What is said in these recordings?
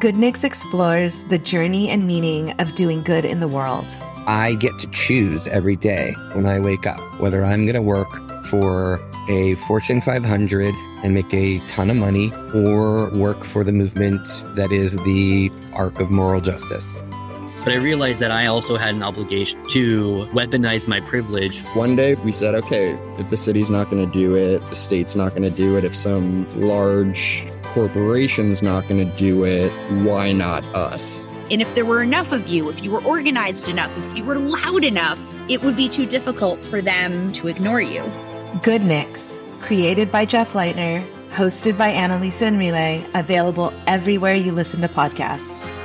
Goodnix explores the journey and meaning of doing good in the world. I get to choose every day when I wake up whether I'm going to work for a Fortune 500 and make a ton of money or work for the movement that is the arc of moral justice. But I realized that I also had an obligation to weaponize my privilege. One day we said, okay, if the city's not going to do it, the state's not going to do it, if some large corporation's not going to do it, why not us? And if there were enough of you, if you were organized enough, if you were loud enough, it would be too difficult for them to ignore you. Good Nix, created by Jeff Leitner, hosted by Annalisa Enrile, available everywhere you listen to podcasts.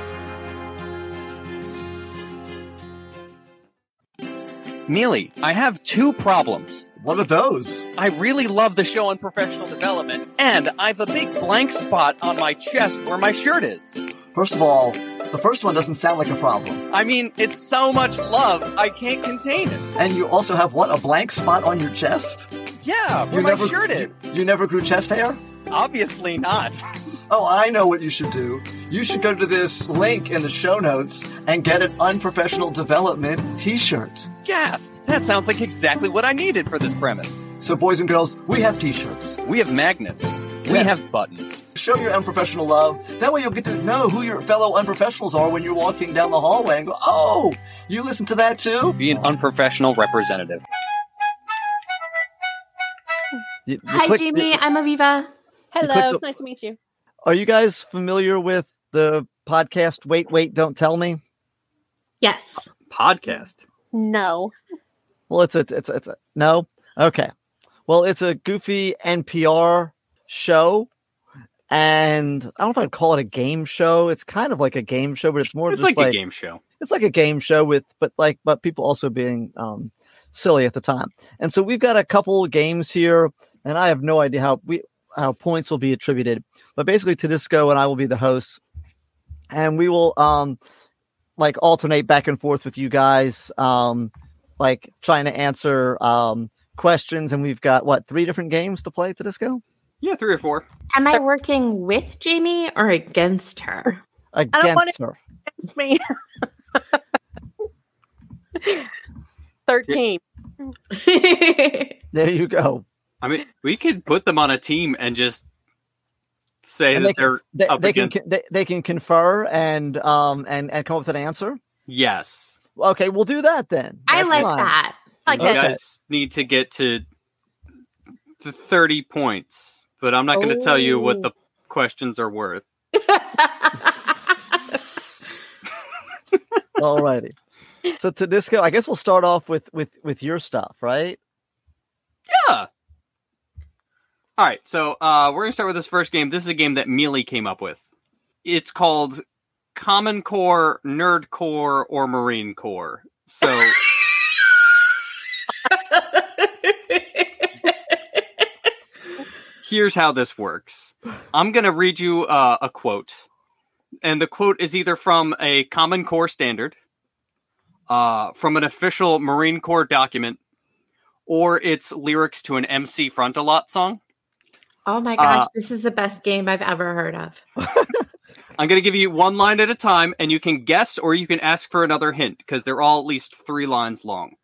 Mealy, I have two problems. What are those? I really love the show on professional development, and I've a big blank spot on my chest where my shirt is. First of all, the first one doesn't sound like a problem. I mean, it's so much love, I can't contain it. And you also have what, a blank spot on your chest? Yeah, where You my never- shirt is. You never grew chest hair? Obviously not. Oh, I know what you should do. You should go to this link in the show notes and get an unprofessional development t shirt. Gasp! That sounds like exactly what I needed for this premise. So, boys and girls, we have t shirts. We have magnets. We Yes. have buttons. Show your unprofessional love. That way you'll get to know who your fellow unprofessionals are when you're walking down the hallway and go, oh, you listen to that too? Be an unprofessional representative. You- you Hi, click- Jamie. I'm Aviva. clicked Hello, the- it's nice to meet you. Are you guys familiar with the podcast Wait, Wait, Don't Tell Me? Yes. Podcast. No. Well, it's a, it's a, it's a, no. Okay. Well, it's a goofy NPR show. And I don't know if I'd call it a game show. It's kind of like a game show, but it's more It's just like, a game show. it's like a game show with but like but people also being um silly at the time and so we've got a couple games here and i have no idea how we how points will be attributed but basically tedisco and i will be the hosts and we will um like alternate back and forth with you guys um like trying to answer um questions and we've got what three different games to play tedisco Yeah, three or four. Am I working with Jamie or against her? against wanna- her It's me. 13. there you go I mean, we could put them on a team and just say And that they can- they're they, up they can against. they, they can confer and um and and come up with an answer yes. Okay, we'll do that then. I That's like fine. that. Like You Okay. that. guys need to get to the 30 points, but I'm not going to tell you what Oh. the questions are worth. Alrighty. So Tedisco, I guess we'll start off with with with your stuff, right? All right, so uh, we're going to start with this first game. This is a game that Mealy came up with. It's called Common Core, Nerd Core, or Marine Core. So here's how this works I'm going to read you uh, a quote, and the quote is either from a Common Core standard, uh, from an official Marine Corps document, or it's lyrics to an MC Frontalot song. oh my gosh, Uh, this is the best game I've ever heard of. I'm going to give you one line at a time, and you can guess or you can ask for another hint because they're all at least three lines long.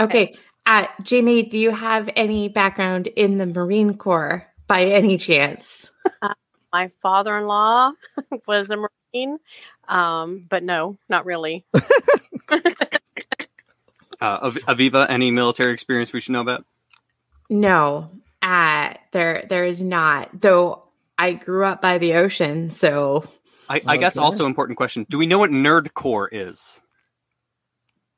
Okay. Uh, Jamie, do you have any background in the Marine Corps by any chance? Uh, My father in law was a Marine, um, but no, not really. Uh, Av- Aviva, any military experience we should know about? No. Uh, there there is not. Though I grew up by the ocean, so I, I guess Okay. also important question. Do we know what nerdcore is?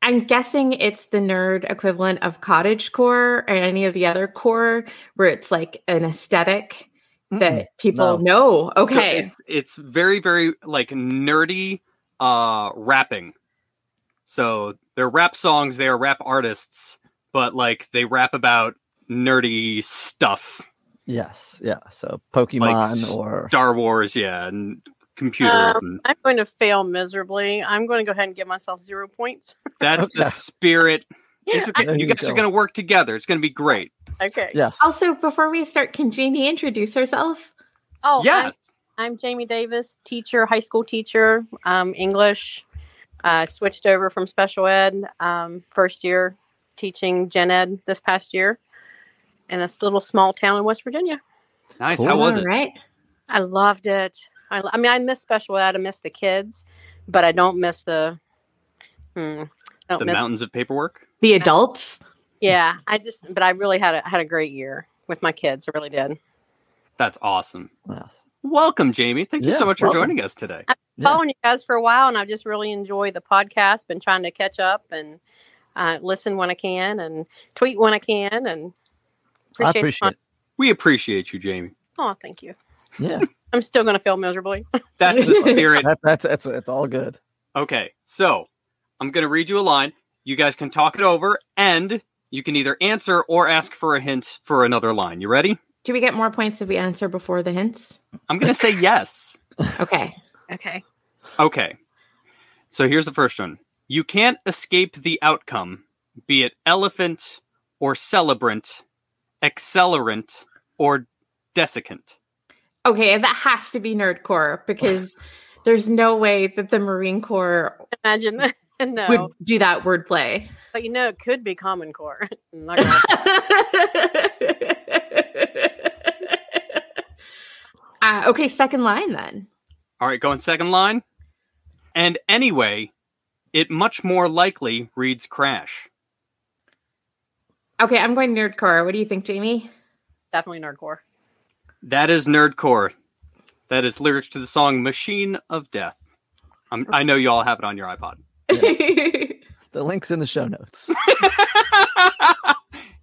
I'm guessing it's the nerd equivalent of cottage core or any of the other core where it's like an aesthetic that people no. know. Mm, So Okay. it's, it's very, very like nerdy uh, rapping. So they're rap songs, they are rap artists, but like they rap about nerdy stuff. Yes, yeah. So Pokemon or Star Wars, yeah, and computers. Um, and I'm going to fail miserably. I'm going to go ahead and give myself zero points. that's the Okay. spirit It's okay. There you you guys are go. going to work together. It's going to be great. Okay. yes. also, before we start, can Jamie introduce herself? Oh, I'm- yes. I'm Jamie Davis, teacher, high school teacher, um, English. Uh, switched over from special ed, um, first year teaching gen ed this past year in this little small town in West Virginia. Nice. How was it? Right. I loved it. I, I mean, I miss special ed. I miss the kids, but I don't miss the. Hmm, I don't The miss mountains of paperwork. The adults. Yeah, I just. But I really had a had a great year with my kids. I really did. That's awesome. Welcome, Jamie. Thank you Yeah, so much for welcome. joining us today. Following you guys for a while, and I've just really enjoyed the podcast. Been trying to catch up and uh, listen when I can, and tweet when I can, and appreciate. the fun- We appreciate you, Jamie. Oh, thank you. Yeah. I'm still going to fail miserably. That's the spirit. that, that's that's it's all good. Okay, so I'm going to read you a line. You guys can talk it over, and you can either answer or ask for a hint for another line. You ready? Do we get more points if we answer before the hints? I'm going to say yes. Okay. Okay. Okay. So here's the first one. You can't escape the outcome, be it elephant or celebrant, accelerant or desiccant. Okay, and that has to be nerdcore because there's no way that the Marine Corps imagine no. would do that wordplay. But you know, it could be Common Core. I'm not gonna- Uh, okay, second line then. All right, going second line. And anyway, it much more likely reads crash. Okay, I'm going nerdcore. What do you think, Jamie? Definitely nerdcore. That is nerdcore. That is lyrics to the song Machine of Death. I'm, I know you all have it on your iPod. The link's in the show notes.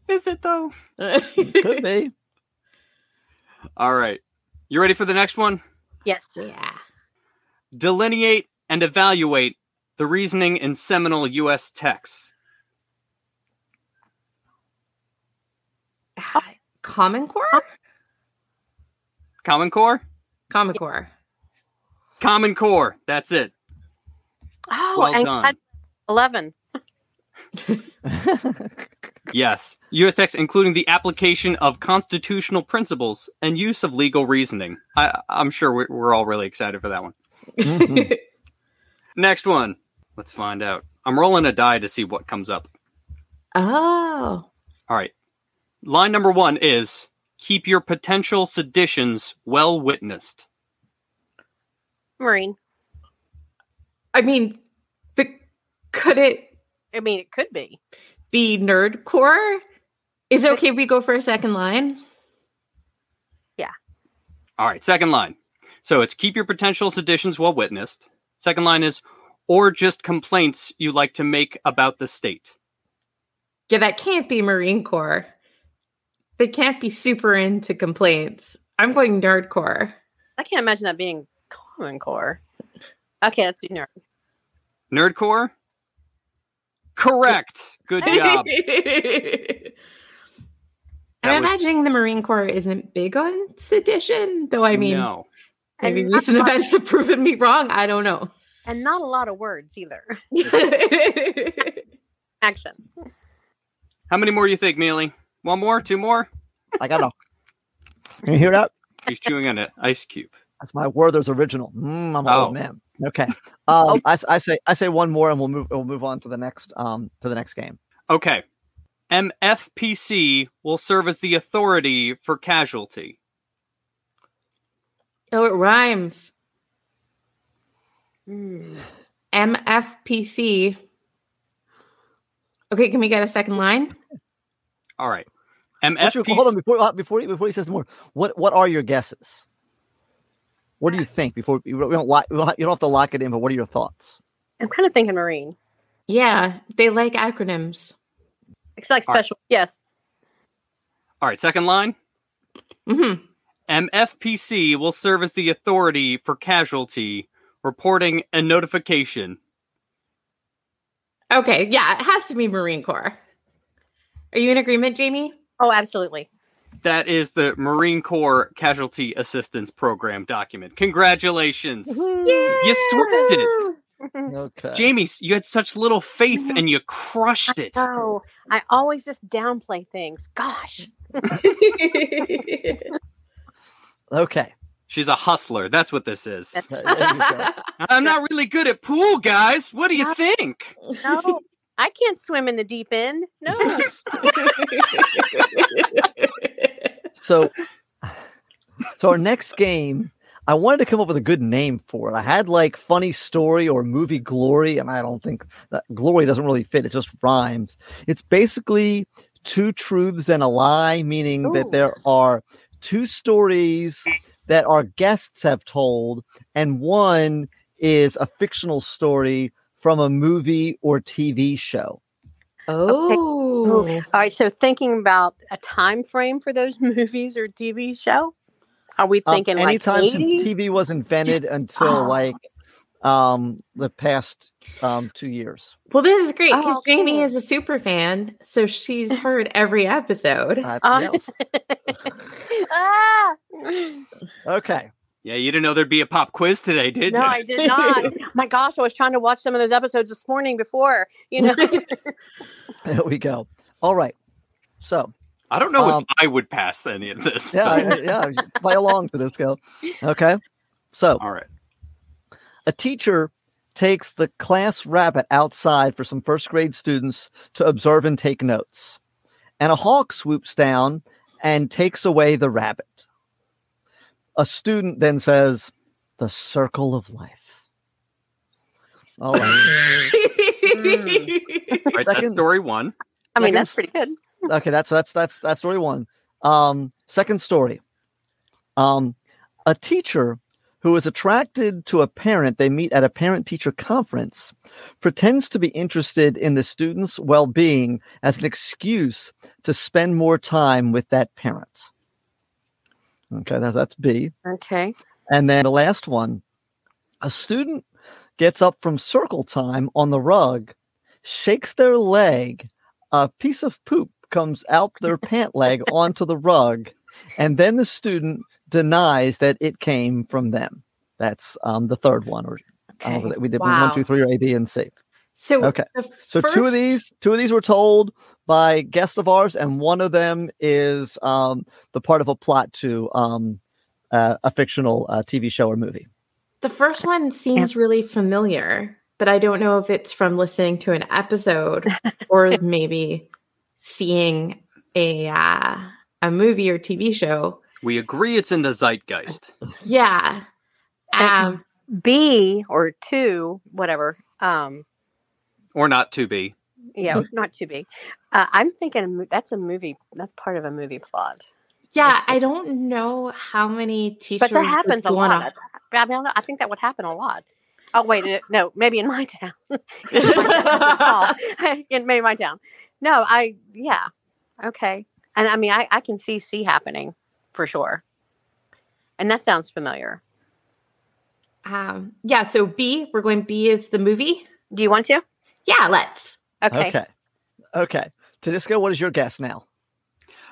Is it though? Could be. All right. You ready for the next one? yes. Yeah. Delineate and evaluate the reasoning in seminal U.S. texts. Uh, Common Core? Common Core? Common Core. Common Core. That's it. Oh, Well I done. had 11. Mm-hmm. Yes. U.S. texts, including the application of constitutional principles and use of legal reasoning. I, I'm sure we're, we're all really excited for that one. Next one. Let's find out. I'm rolling a die to see what comes up. Oh. All right. Line number one is keep your potential seditions well witnessed. Marine. I mean, but could it I mean, it could be. be nerdcore? Is it okay if we go for a second line? All right. Second line. So it's keep your potential seditions well witnessed. Second line is or just complaints you like to make about the state. Yeah, that can't be Marine Corps. They can't be super into complaints. I'm going nerdcore. I can't imagine that being Common Core. Okay, let's do nerd. Nerdcore? Correct. Good job. I'm That was- imagining the Marine Corps isn't big on sedition, though. I mean, no. maybe And recent not- events have proven me wrong. I don't know. And not a lot of words either. Action. How many more you think, Mealy? One more? Two more? I got a. Can you hear that? He's chewing on an ice cube. That's my Werther's original. Mm, I'm an Oh. old man. Okay. Um, I, s- I say I say one more, and we'll move we'll move on to the next um to the next game. Okay. MFPC will serve as the authority for casualty. Oh, it rhymes. Hmm. MFPC. Okay, can we get a second line? All right. What's your- MFPC. hold on before uh, before he- before he says more. What what are your guesses? What do you think? Before we don't we don't, lock, we don't you don't have to lock it in, but what are your thoughts? I'm kind of thinking Marine. Yeah, they like acronyms. It's like All right. special. Yes. All right. Second line. Mm-hmm. MFPC will serve as the authority for casualty reporting and notification. Okay, yeah, it has to be Marine Corps. Are you in agreement, Jamie? Oh, absolutely. That is the Marine Corps Casualty Assistance Program document. Congratulations. You swept it. Okay. Jamie, you had such little faith and you crushed it. Oh, I always just downplay things. Gosh. Okay. She's a hustler. That's what this is. I'm not really good at pool, guys. What do you think? No, I can't swim in the deep end. No. So, so our next game, I wanted to come up with a good name for it. I had like funny story or movie glory, and I don't think that glory doesn't really fit. It just rhymes. It's basically two truths and a lie, meaning that there are two stories that our guests have told, and one is a fictional story from a movie or TV show. Oh. All right. So thinking about a time frame for those movies or TV show. Are we Um, thinking like anytime 80s? since TV was invented until Oh. like um the past um two years. Well, this is great Oh, because Jamie is a super fan, so she's heard every episode. Oh. ah! Okay. Yeah, you didn't know there'd be a pop quiz today, did no, you? I did not. My gosh, I was trying to watch some of those episodes this morning before, you know. There we go. All right. So I don't know Um, if I would pass any of this. yeah, but- I- yeah, you play along to this go. Okay. So all right. A teacher takes the class rabbit outside for some first grade students to observe and take notes. And a hawk swoops down and takes away the rabbit. A student then says, The circle of life. All right. Hmm. All right, that's Second- story one. I mean, that's Second- pretty good. okay, that's that's that's that's story one. Um, second story. Um, a teacher who is attracted to a parent they meet at a parent-teacher conference pretends to be interested in the student's well-being as an excuse to spend more time with that parent. Okay, that's that's B. Okay. And then the last one a student gets up from circle time on the rug, shakes their leg, a piece of poop comes out their pant leg onto the rug, and then the student denies that it came from them. That's um, the third one. Or I don't know Okay. if Oh, we did Wow. one, two, three, or A, B, and C. So okay, the so two of first- these, two of these were told by guest of ours, and one of them is um, the part of a plot to um, uh, a fictional uh, TV show or movie. The first one seems really familiar, but I don't know if it's from listening to an episode or maybe seeing a uh, a movie or TV show. We agree it's in the zeitgeist. Yeah. Um, B or two, whatever. Um, Or not to be. yeah, not too big. Uh, I'm thinking a mo- that's a movie. That's part of a movie plot. yeah, I don't know how many teachers But that happens a would wanna- lot. I, I don't know. I think that would happen a lot. Oh wait, no, maybe in my town. in maybe my town. No, I yeah, okay. And I mean, I, I can see C happening for sure. And that sounds familiar. Um, yeah, so B, we're going B is the movie. Do you want to? Yeah, let's. Okay. Okay. Tedisco, what is your guess now?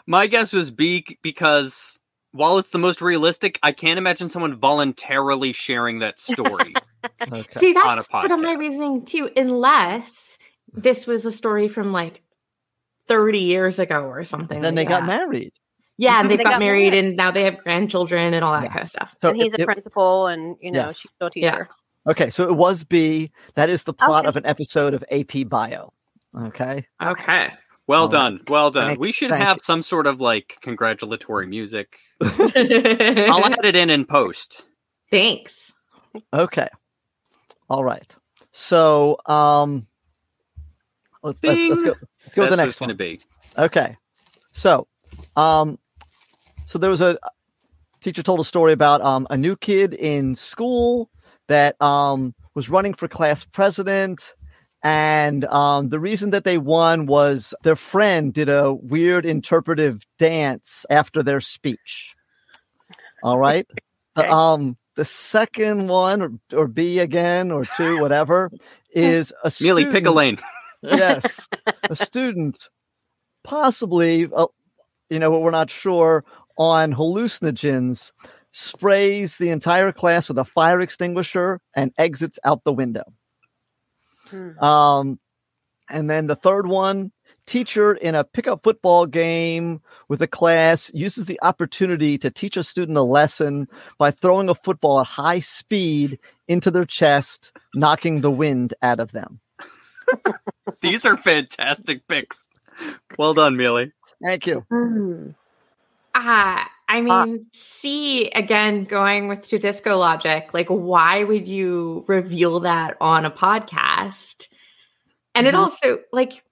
My guess was B c- because while it's the most realistic, I can't imagine someone voluntarily sharing that story. okay. See, on a that's pod. part of my reasoning too, unless this was a story from like 30 years ago or something. Then they like got that. married. Yeah, and They they've got, got married, married. and now they have grandchildren and all that kind of stuff. So and he's it- a it- principal, and you know Yes. she's still a Yeah. teacher. Okay, so it was B. That is the plot Okay. of an episode of AP Bio. Okay. Okay. Well All right. done. Well done. Thank- we should thank have you. some sort of like congratulatory music. I'll add it in in post. Thanks. Okay. All right. So um let's let's, let's Bing. go let's go That's to the what next it's going one. to be. Okay. So, um, so there was a teacher told a story about um, a new kid in school that um, was running for class president. And um, the reason that they won was their friend did a weird interpretive dance after their speech. All right. The, um, the second one, or, or B again, or two, whatever, is a Nearly student- pick a lane. yes a student possibly uh, you know we're not sure on hallucinogens sprays the entire class with a fire extinguisher and Hmm. exits out the window um, and then the third one teacher in a pickup football game with a class uses the opportunity to teach a student a lesson by throwing a football at high speed into their chest, knocking the wind out of them. These are fantastic picks. Well done, Mealy. Thank you. Ah, I mean, see again going with Judisco logic, like why would you reveal that on a podcast? And it Mhm. also like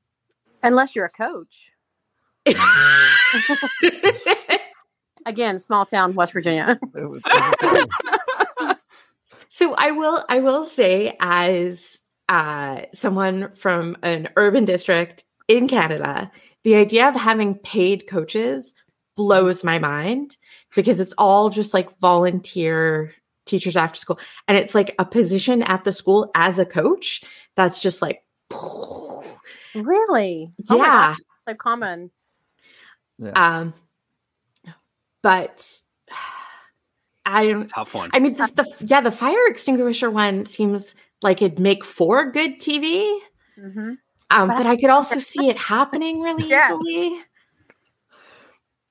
unless you're a coach. Again, small town, West Virginia. So I will I will say as uh, someone from an urban district in Canada, the idea of having paid coaches blows my mind because it's all just like volunteer teachers after school and it's like a position at the school as a coach that's just like really? Oh my Yeah. gosh, so common. um but I don't tough one. I mean, the, the yeah, the fire extinguisher one seems like it'd make for good TV. Mhm. Um, But but I- I could also see it happening really Yeah. easily.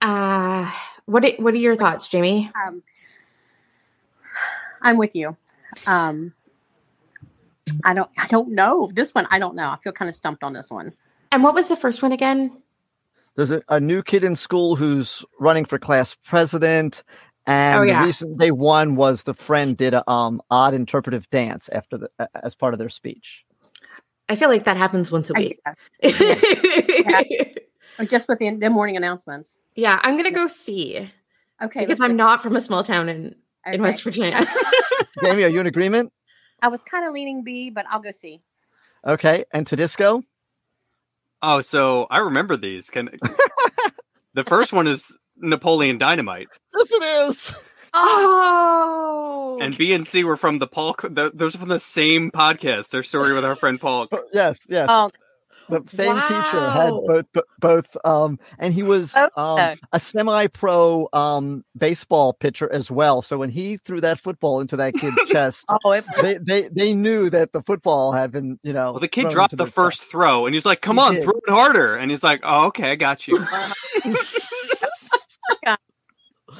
Uh, what i- what are your thoughts, Jamie? Um, I'm with you. Um, I don't. I don't know this one. I don't know. I feel kind of stumped on this one. And what was the first one again? There's a, a new kid in school who's running for class president. And Oh, yeah. the reason they won was the friend did a um, odd interpretive dance after the, a- as part of their speech. I feel like that happens once a week. Or just with the, the morning announcements. Yeah, I'm gonna go see Okay, let's because I'm not from a small town in Okay. in West Virginia. Jamie, are you in agreement? I was kind of leaning B, but I'll go C. Okay. And Tedisco? Oh, so I remember these. Can the first one is Napoleon Dynamite, Yes, it is. Oh, and B and C were from the Paul. The, those are from the same podcast. Their story with our friend Paul. Yes, yes. Oh. the same teacher had Wow. both bo- both um and he was um, Okay. a semi-pro um baseball pitcher as well so when he threw that football into that kid's chest oh, they, they they knew that the football had been you know Well, the kid dropped the first throw, and he's like, "Come He on, did. throw it harder!" And he's like, "Oh, okay, I got you."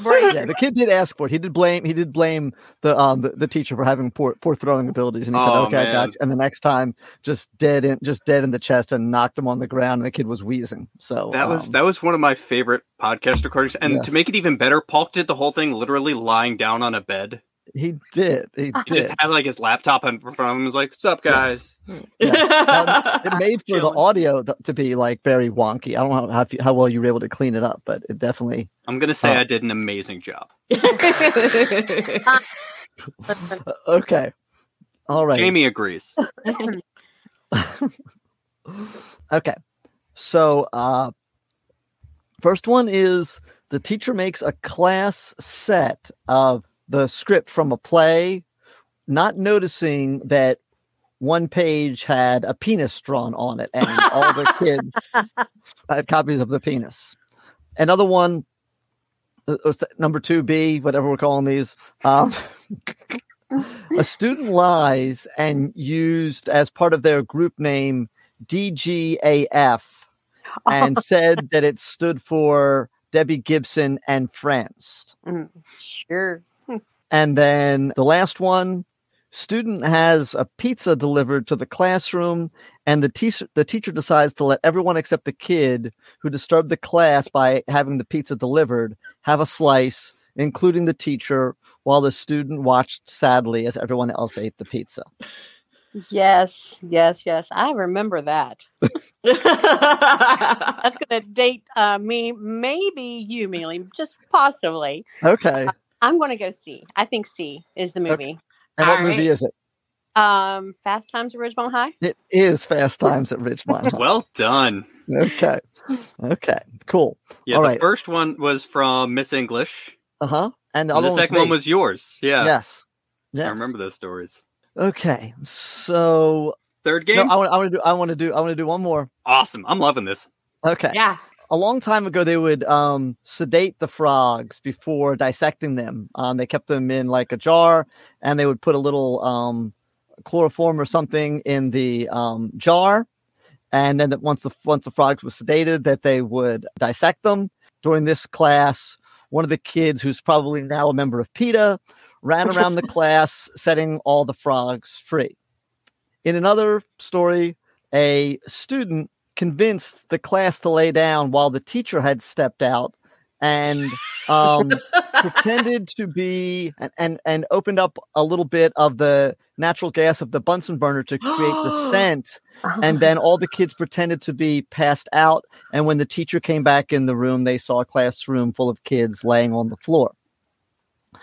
yeah, the kid did ask for it. He did blame. He did blame the um the, the teacher for having poor poor throwing abilities, and he said, Oh, "Okay, I got." man. You. And the next time, just dead in just dead in the chest, and knocked him on the ground. And the kid was wheezing. So That was um, that was one of my favorite podcast recordings. And Yes. to make it even better, Paul did the whole thing literally lying down on a bed. he did. He Ah. He did. just had like his laptop in front of him. and was like, "What's up, guys?" Yeah. Um, it made for the audio th- to be like very wonky. I don't know how, how well you were able to clean it up, but it definitely. I'm gonna say Oh. I did an amazing job. Um, Okay. All right. Jamie agrees. Okay. So, uh, first one is the teacher makes a class set of the script from a play, not noticing that one page had a penis drawn on it, and all the kids had copies of the penis. Another one, uh, uh, number two B, whatever we're calling these. Um, a student lies and used as part of their group name DGAF Oh. and said that it stood for Debbie Gibson and Friends. Mm, sure. And then the last one student has a pizza delivered to the classroom and the teacher the teacher decides to let everyone except the kid who disturbed the class by having the pizza delivered have a slice including the teacher while the student watched sadly as everyone else ate the pizza Yes, yes, yes. I remember that. That's going to date uh, me, maybe you, Mealy, just possibly. okay I'm going to go C. I think C is the movie. and what movie is it Um, Fast Times at Ridgemont High. It is Fast Times at Ridgemont. High. well done. okay. Okay. Cool. Yeah, All the right. first one was from Miss English. Uh huh. And the, and other the second me. one was yours. Yeah. Yes. Yes. I remember those stories. Okay. So Third game? No, I want. I want to do. I want to do. I want to do one more. Awesome. I'm loving this. Okay. Yeah. A long time ago, they would um, sedate the frogs before dissecting them. Um, they kept them in like a jar, and they would put a little um, chloroform or something in the um, jar, and then that once the once the frogs were sedated, that they would dissect them. During this class, one of the kids, who's probably now a member of PETA, ran around the class setting all the frogs free. In another story, a student convinced the class to lay down while the teacher had stepped out and um, pretended to be and, and and opened up a little bit of the natural gas of the Bunsen burner to create the scent. Oh And then all the kids pretended to be passed out. And when the teacher came back in the room, they saw a classroom full of kids laying on the floor.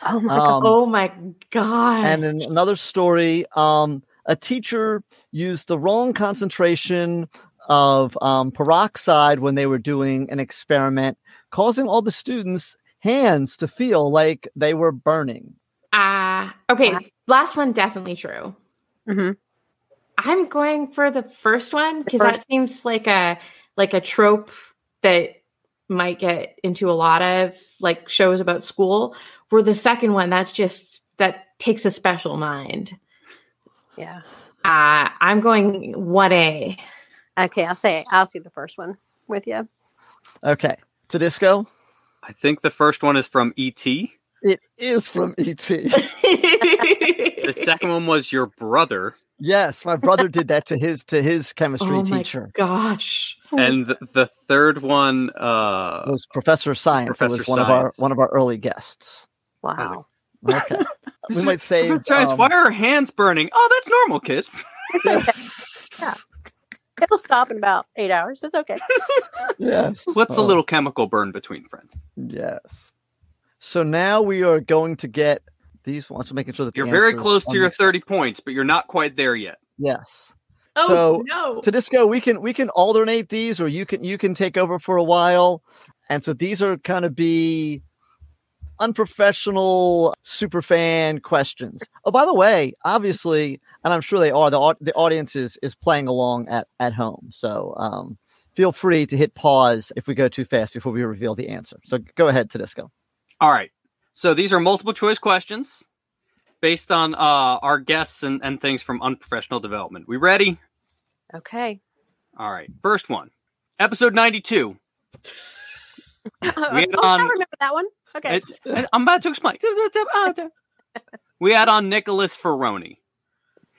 Oh my god. Oh my god. um, And in another story, um, a teacher used the wrong concentration of um, peroxide when they were doing an experiment, causing all the students' hands to feel like they were burning. Ah, okay. Last one, definitely true. I'm going for Mm-hmm. the first one because that seems like a like a trope that might get into a lot of like shows about school. Where the second one, that's just that takes a special mind. Yeah. Uh, I'm going one A. Okay, I'll say I'll see the first one with you. Okay. To disco? I think the first one is from E E.T. It is from E E.T. The second one was your brother. yes, my brother did that to his to his chemistry Oh my teacher. Gosh. And the, the third one uh, was Professor of Science. It Professor was one of our Science. one of our early guests. Wow. Okay. we might say Guys, um, why are our hands burning? Oh, that's normal, kids. Yeah. It'll stop in about eight hours. It's okay. Yes. What's a Oh. little chemical burn between friends? Yes. So now we are going to get these ones, making sure that the You're very answers close to your under- 30 points, but you're not quite there yet. Yes. Oh, so no. To disco, we can we can alternate these, or you can you can take over for a while. And so these are kind of be unprofessional super fan questions. Oh, by the way, obviously, and I'm sure they are the au- the audience is is playing along at at home. So um, feel free to hit pause if we go too fast before we reveal the answer. So go ahead, Tedisco. All right. So these are multiple choice questions based on uh, our guests and, and things from unprofessional development. We ready? Okay. All right. First one, episode 92. we had oh, on- I remember that one. Okay. I- I'm about to explain. We had on Nicholas Ferroni.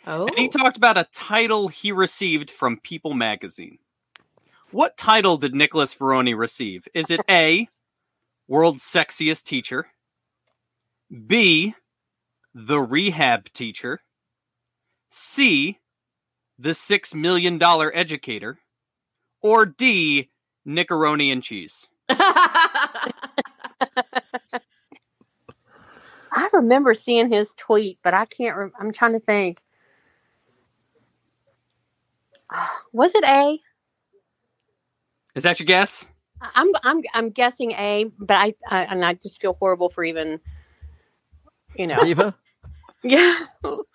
Oh. And he talked about a title he received from People magazine. What title did Nicholas Ferroni receive? Is it A, World's Sexiest Teacher? B, The Rehab Teacher? C, The Six Million Dollar Educator? Or D, Nicaroni and Cheese? I remember seeing his tweet, but I can't. Rem- I'm trying to think. Was it A? Is that your guess? I'm I'm I'm guessing A, but I, I and I just feel horrible for even, you know. Eva? Yeah.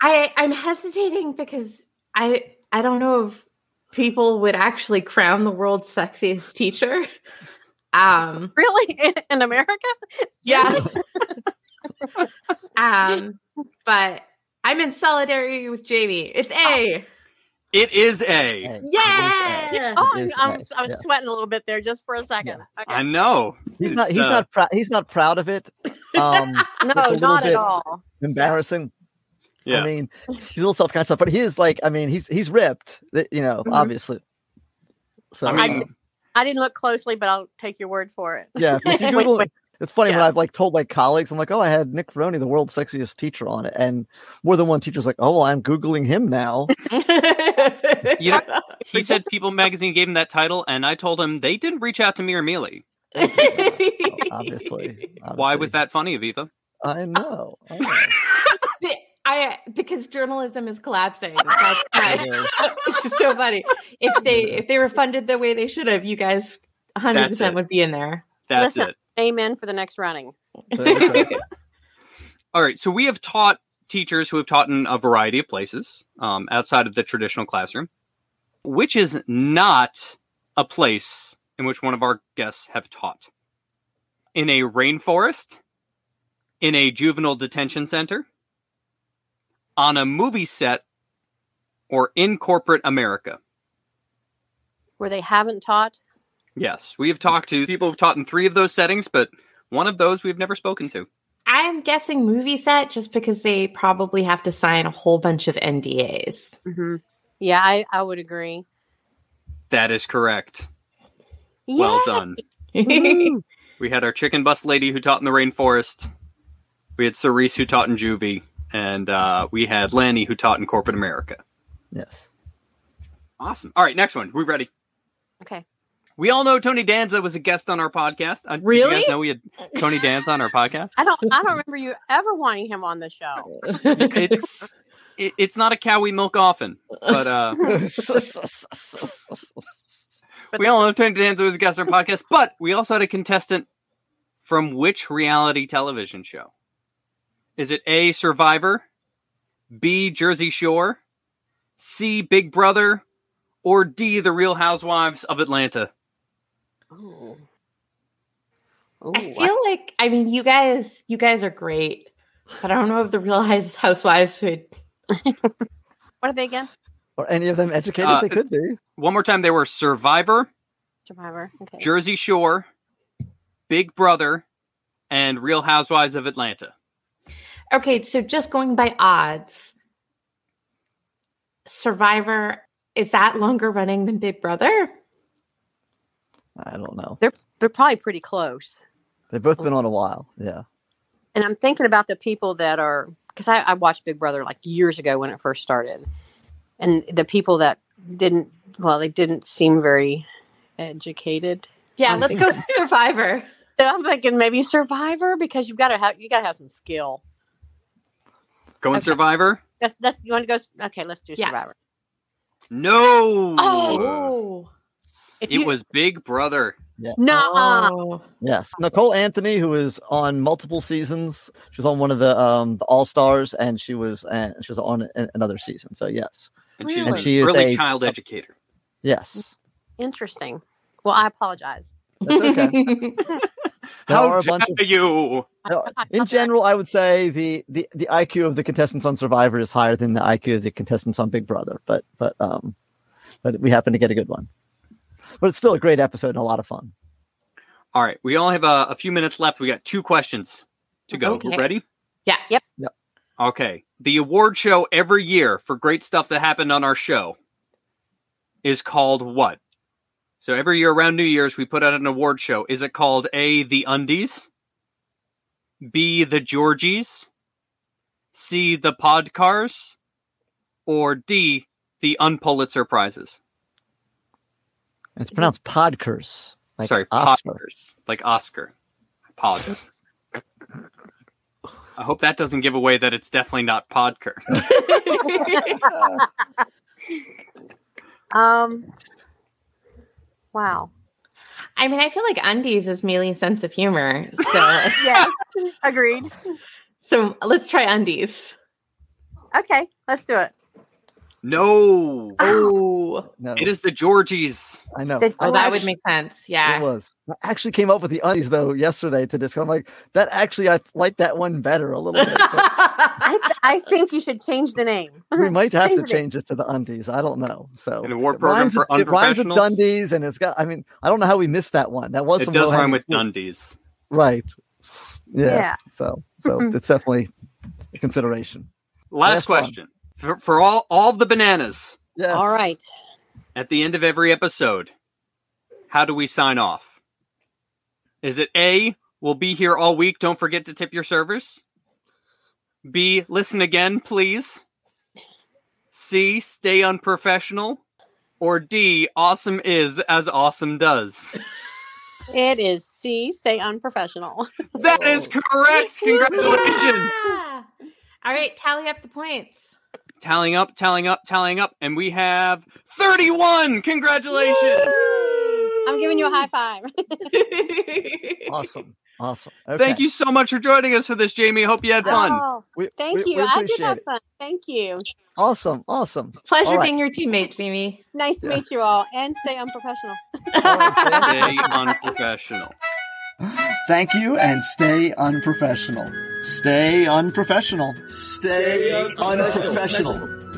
I I'm hesitating because I I don't know if people would actually crown the world's sexiest teacher. Um really in, in America? Yeah. um but I'm in solidarity with Jamie. It's Oh. A. It is A. Yeah. Oh, I'm, is I'm, A, I was yeah. sweating a little bit there just for a second. Okay. I know. He's not It's, he's uh, not proud he's not proud of it. Um, it's a No, little not at bit- all. embarrassing. Yeah. I mean, he's a little self-conscious, but he is like, I mean, he's he's ripped, th- you know, Mhm. obviously. So Mm-hmm. I mean, uh, I didn't look closely, but I'll take your word for it. yeah, if you Wait, Google- wait. it's funny when I've like told like colleagues, I'm like, oh, I had Nick Ferroni, the world's sexiest teacher, on it, and more than one teacher's like, oh, well, I'm googling him now. You know, he said People magazine gave him that title, and I told him they didn't reach out to me or Mealy. obviously, Why was that funny, Aviva? I know. I because journalism is collapsing. That's not- it's just so funny. If they if they were funded the way they should have, you guys 100 That's percent it. would be in there. That's Listen, it. amen for the next running. All right. So we have taught teachers who have taught in a variety of places um, outside of the traditional classroom, which is not a place in which one of our guests have taught. In a rainforest, in a juvenile detention center, on a movie set, or in corporate America. where they haven't taught? Yes, we have talked to people who've taught in three of those settings, but one of those we've never spoken to. I'm guessing movie set just because they probably have to sign a whole bunch of NDAs. Mm-hmm. Yeah, I, I would agree. That is correct. Well Yay! done. Woo. We had our chicken bus lady who taught in the rainforest. We had Cerise who taught in juvie, and uh, we had Lanny who taught in corporate America. Yes. Awesome. All right, next one. We ready? Okay. We all know Tony Danza was a guest on our podcast. Uh, Did Really? you guys know we had Tony Danza on our podcast? I don't I don't remember you ever wanting him on the show. It's it, it's not a cow we milk often, but uh, we all know Tony Danza was a guest on our podcast. But we also had a contestant from which reality television show? Is it A. Survivor, B. Jersey Shore, C. Big Brother, or D. The Real Housewives of Atlanta? I feel like I mean you guys you guys are great, but I don't know if the Real Hous- Housewives would. What are they again? Or any of them educators? Uh, they could be. One more time, they were Survivor, Survivor. Okay. Jersey Shore, Big Brother, and Real Housewives of Atlanta. Okay, so just going by odds, Survivor is that longer running than Big Brother? I don't know. They're they're probably pretty close. They've Oh. both been on a while. Yeah. And I'm thinking about the people that are because I, I watched Big Brother like years ago when it first started, and the people that didn't well they didn't seem very educated. Yeah, on let's Big go Brother. Survivor. So I'm thinking maybe Survivor because you've got to have you got to have some skill. Going Okay. Survivor? That's that's you want to go. s- Okay, let's do Survivor. No. Oh. If It you- was Big Brother. Yeah. No. Yes, Nicole Anthony, who was on multiple seasons, she was on one of the um the All Stars, and she was and she was on a- another season. So yes, And she's And an she is early a- child educator. yes, Interesting. Well, I apologize. That's okay. There How are a dare bunch of- you? in general, I would say the, the the IQ of the contestants on Survivor is higher than the IQ of the contestants on Big Brother, but but um, but we happen to get a good one. But it's still a great episode and a lot of fun. All right, we only have a, a few minutes left. We got two questions to go. Okay. We're ready? Yeah. Yep. Okay. The award show every year for great stuff that happened on our show is called what? So every year around New Year's, we put out an award show. Is it called A, The Undies? B, The Georgies? C, The Podcars? Or D, The Unpulitzer Prizes? And it's pronounced Podcurse. Like Sorry, Oscar. Oscars. Like Oscar. I apologize. I hope that doesn't give away that it's definitely not Podker. Um. Wow. I mean, I feel like undies is mainly sense of humor. So, Yes. Agreed. so let's try undies. Okay, let's do it. No. Oh, No, It is the Georgies. I know. The- I oh, that actu- would make sense. It Yeah. was. I actually came up with the undies though yesterday to discuss. I'm like, that actually I like that one better a little bit. but I, I think you should change the name. we might have to Change it. change this to the undies. I don't know. So An award it program rhymes for with- it rhymes with unprofessionals. Dundies, and it's got. I mean, I don't know how we missed that one. That was It some does rhyme low-hanging with fruit. Dundies. Right. Yeah. Yeah. So so it's definitely a consideration. Last Last question. For, for all all of the bananas Yes. All right. at the end of every episode, how do we sign off? Is it A, we'll be here all week, don't forget to tip your servers? B, listen again, please? C, stay unprofessional? Or D, awesome is as awesome does? It is C. Say unprofessional. That is correct. Congratulations. Yeah. All right, tally up the points. tallying up, tallying up, tallying up, and we have 31. Congratulations. I'm giving you a high five. Awesome. Awesome. Thank you so much for joining us for this, Jamie. Hope you had fun. Oh, We, thank we- you. we I did appreciate have it. fun. Thank you. Awesome. Awesome. Pleasure All right. being your teammate, Jamie. Nice to Yeah. meet you all, and stay unprofessional. All right, Sam. Stay unprofessional. Thank you and stay unprofessional. Stay unprofessional. Stay unprofessional.